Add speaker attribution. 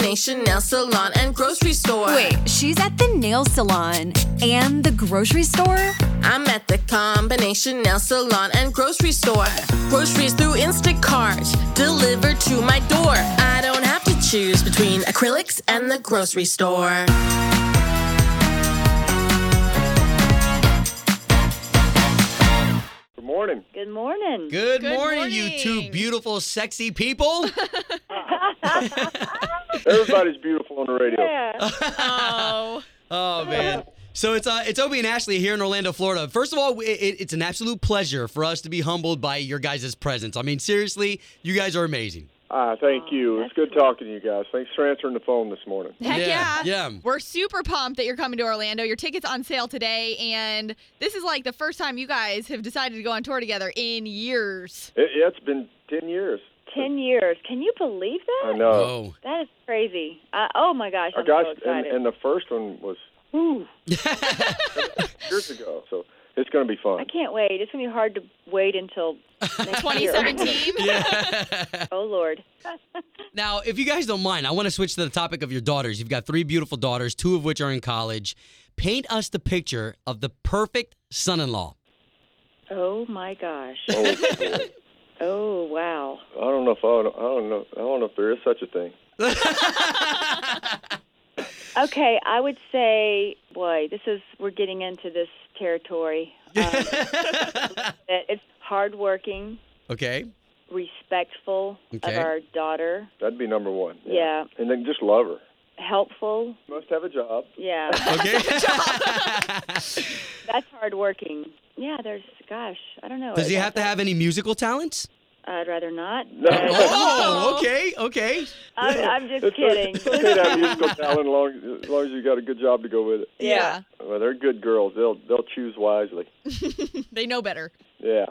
Speaker 1: Nation Nail Salon and Grocery Store.
Speaker 2: Wait, she's at the nail salon and the grocery store?
Speaker 1: I'm at the Combination Nail Salon and Grocery Store. Groceries through Instacart delivered to my door. I don't have to choose between acrylics and the grocery store.
Speaker 3: Good morning.
Speaker 4: Good morning.
Speaker 5: Good, morning, you two
Speaker 6: morning.
Speaker 5: beautiful, sexy people.
Speaker 3: Everybody's beautiful on the radio.
Speaker 4: Yeah.
Speaker 6: Oh.
Speaker 5: oh man. So it's uh, it's Obie and Ashley here in Orlando, Florida. First of all, it, it, it's an absolute pleasure for us to be humbled by your guys' presence. I mean, seriously, you guys are amazing.
Speaker 3: Ah, thank you. It's good talking to you guys. Thanks for answering the phone this morning.
Speaker 6: Heck
Speaker 5: Yeah,
Speaker 6: yeah,
Speaker 5: yeah.
Speaker 6: We're super pumped that you're coming to Orlando. Your ticket's on sale today, and this is like the first time you guys have decided to go on tour together in years.
Speaker 3: It, it's been 10 years.
Speaker 4: Ten years. Can you believe that?
Speaker 3: I know.
Speaker 5: Whoa.
Speaker 4: That is crazy. Uh, oh my gosh,
Speaker 3: I
Speaker 4: I'm
Speaker 3: gosh,
Speaker 4: so
Speaker 3: and,
Speaker 4: excited.
Speaker 3: and the first one was
Speaker 4: Ooh,
Speaker 3: years ago, so it's going to be
Speaker 4: I
Speaker 3: fun.
Speaker 4: can't wait. It's gonna be hard to wait until next year.
Speaker 6: 2017.
Speaker 4: oh Lord.
Speaker 5: Now, if you guys don't mind, I want to switch to the topic of your daughters. You've got three beautiful daughters, two of which are in college. Paint us the picture of the perfect son-in-law.
Speaker 4: Oh my gosh.
Speaker 3: Oh, boy.
Speaker 4: Oh wow.
Speaker 3: I don't know if I, would- I don't know. I don't know if there is such a thing.
Speaker 4: Okay, I would say, boy, this is we're getting into this territory. Um, that it's hardworking,
Speaker 5: Okay.
Speaker 4: respectful
Speaker 5: Okay.
Speaker 4: of our daughter,
Speaker 3: That'd be number one.
Speaker 4: Yeah.
Speaker 3: And then just love her.
Speaker 4: helpful.
Speaker 3: Must have a job.
Speaker 4: Yeah,
Speaker 5: Okay.
Speaker 4: that's hardworking. Yeah, there's gosh, I don't know.
Speaker 5: Does he have to have any musical talents?
Speaker 4: I'd rather not.
Speaker 3: No.
Speaker 4: but
Speaker 5: Oh, okay, okay.
Speaker 4: I'm, I'm just
Speaker 3: It's okay-
Speaker 4: kidding.
Speaker 3: It's okay to have musical talent long, as long as you got a good job to go with it.
Speaker 4: Yeah.
Speaker 3: Well, they're good girls. They'll they'll choose wisely.
Speaker 6: they know better.
Speaker 3: Yeah.